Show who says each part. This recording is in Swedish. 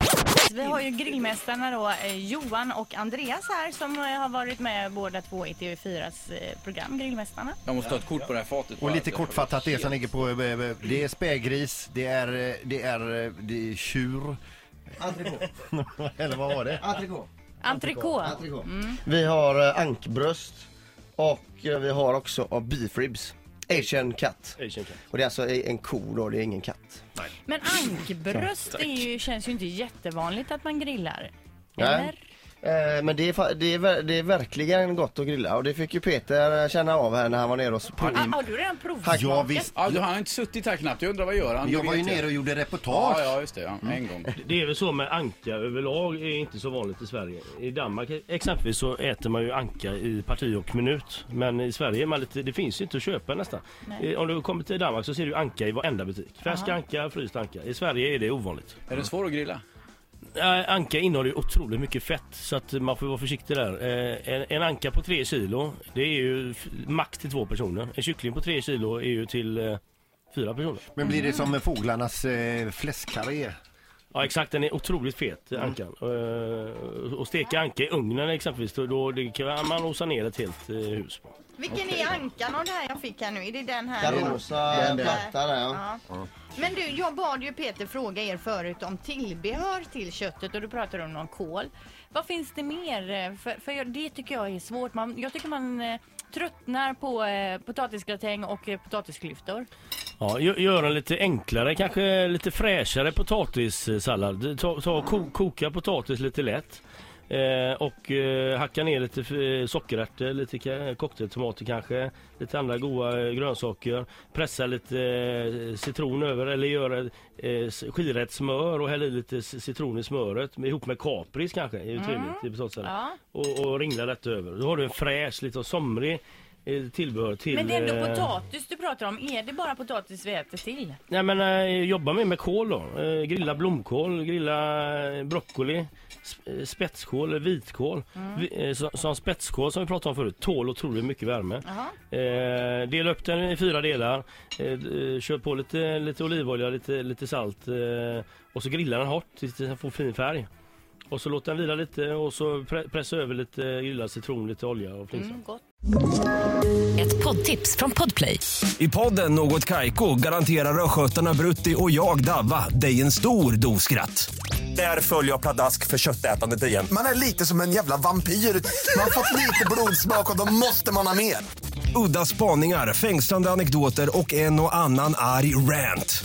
Speaker 1: precis. Vi har ju grillmästarna då, eh, Johan och Andreas här som eh, har varit med båda två i TV4s eh, program Grillmästarna.
Speaker 2: Jag måste ta ett kort på det här fatet.
Speaker 3: Och
Speaker 2: bara.
Speaker 3: lite
Speaker 2: Jag-
Speaker 3: kortfattat det som ligger på, eh, det är spägris, det är, eh, det är, eh, det är tjur.
Speaker 4: Entrecote.
Speaker 3: Eller vad var det?
Speaker 4: Entrecote.
Speaker 1: Entrecote.
Speaker 4: Entrecote.
Speaker 2: Mm.
Speaker 5: Vi har eh, ankbröst och eh, vi har också av bifribs. Asian cat.
Speaker 6: Asian cat.
Speaker 5: Och det är alltså en ko då, det är ingen katt.
Speaker 1: Men ankbröst är ju, känns ju inte jättevanligt att man grillar.
Speaker 5: Nej.
Speaker 1: Eller?
Speaker 5: Eh, Men det är, fa- det, är, ver- det är verkligen gott att grilla och det fick ju Peter eh, känna av här när han var nere och
Speaker 1: Ah,
Speaker 5: provade.
Speaker 1: har du redan provsmakat?
Speaker 3: Ja, visst.
Speaker 2: Ja, du har inte suttit här knappt. Jag undrar vad gör han?
Speaker 3: Jag
Speaker 2: Det
Speaker 3: var ju
Speaker 2: vet
Speaker 3: nere och gjorde
Speaker 2: Ja,
Speaker 3: reportage.
Speaker 2: ja, just det. Ja. En gång.
Speaker 6: Det är väl så med anka överlag är inte så vanligt i Sverige. I Danmark exempelvis så äter man ju anka i parti och minut. Men i Sverige är man lite, det finns ju inte att köpa nästan.
Speaker 1: Nej.
Speaker 6: Eh, Om du kommer till Danmark så ser du anka i varenda butik. Färsk anka, fryst anka. I Sverige är det ovanligt.
Speaker 2: Är den svår att grilla?
Speaker 6: Eh, Anka innehåller ju otroligt mycket fett så att man får vara försiktig där. Eh, En, en anka på 3 kilo det är ju f- max till två personer. En kyckling på 3 kilo är ju till eh, fyra personer.
Speaker 3: Men blir det som med fåglarnas eh, fläskkarré? Mm.
Speaker 6: Ja exakt, den är otroligt fet ankan. Eh, Och steka anka i ugnen exempelvis, då, då det kan man osa ner ett helt eh, hus på.
Speaker 7: Vilken är ankan av det här jag fick här nu? Är det den här?
Speaker 5: Carosa platta där ja.
Speaker 7: Ja.
Speaker 1: Men du, jag bad ju Peter fråga er förut om tillbehör till köttet och du pratade om någon kål. Vad finns det mer? Eh, För, för jag, det tycker jag är svårt. Man, jag tycker man eh, tröttnar på eh, potatisgratäng och eh, potatisklyftor.
Speaker 6: Ja, gö- gör en lite enklare, kanske lite fräschare potatissallad. Ta, ta, ko, koka potatis lite lätt. Eh, och eh, hacka ner lite eh, sockerärtor, lite ka- cocktailtomater kanske, lite andra goda eh, grönsaker. Pressa lite eh, citron över eller göra eh, s- skira ett smör och häll i lite c- citron i smöret med- ihop med kapris kanske, är ju trevligt i potatissallad.
Speaker 1: Mm. Ja.
Speaker 6: Och, och ringla lätt över. Då har du en fräsch, lite somrig eh, tillbehör till...
Speaker 1: Men det är ändå
Speaker 6: eh,
Speaker 1: potatis du pratar om. Är det bara potatis vi äter till?
Speaker 6: Nej men eh, jobba mer med kål då. Eh, grilla blomkål, grilla eh, broccoli, sp- eh, spetskål, eh, vitkål. Vi, eh, så, som spetskål som vi pratade om förut, tål otroligt mycket värme. Eh, dela upp den i fyra delar. Eh, d- eh, kör på lite, lite olivolja, lite, lite salt eh, och så grilla den hårt tills den får fin färg. Och så låt den vila lite och så pre- pressa över lite eh, grillad citron, lite olja och flingsalt.
Speaker 1: Mm, gott.
Speaker 8: Ett poddtips från Podplay.
Speaker 9: I podden Något Kaiko garanterar östgötarna Brutti och jag, Davva, dig en stor dos skratt. Där följer jag pladask för köttätandet igen.
Speaker 10: Man är lite som en jävla vampyr. Man har fått lite blodsmak och då måste man ha mer.
Speaker 9: Udda spaningar, fängslande anekdoter och en och annan arg rant.